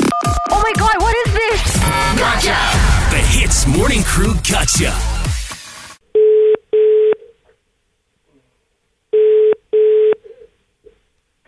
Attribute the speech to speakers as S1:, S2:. S1: Oh my god, what is this? Gotcha!
S2: The Hits Morning Crew Gotcha.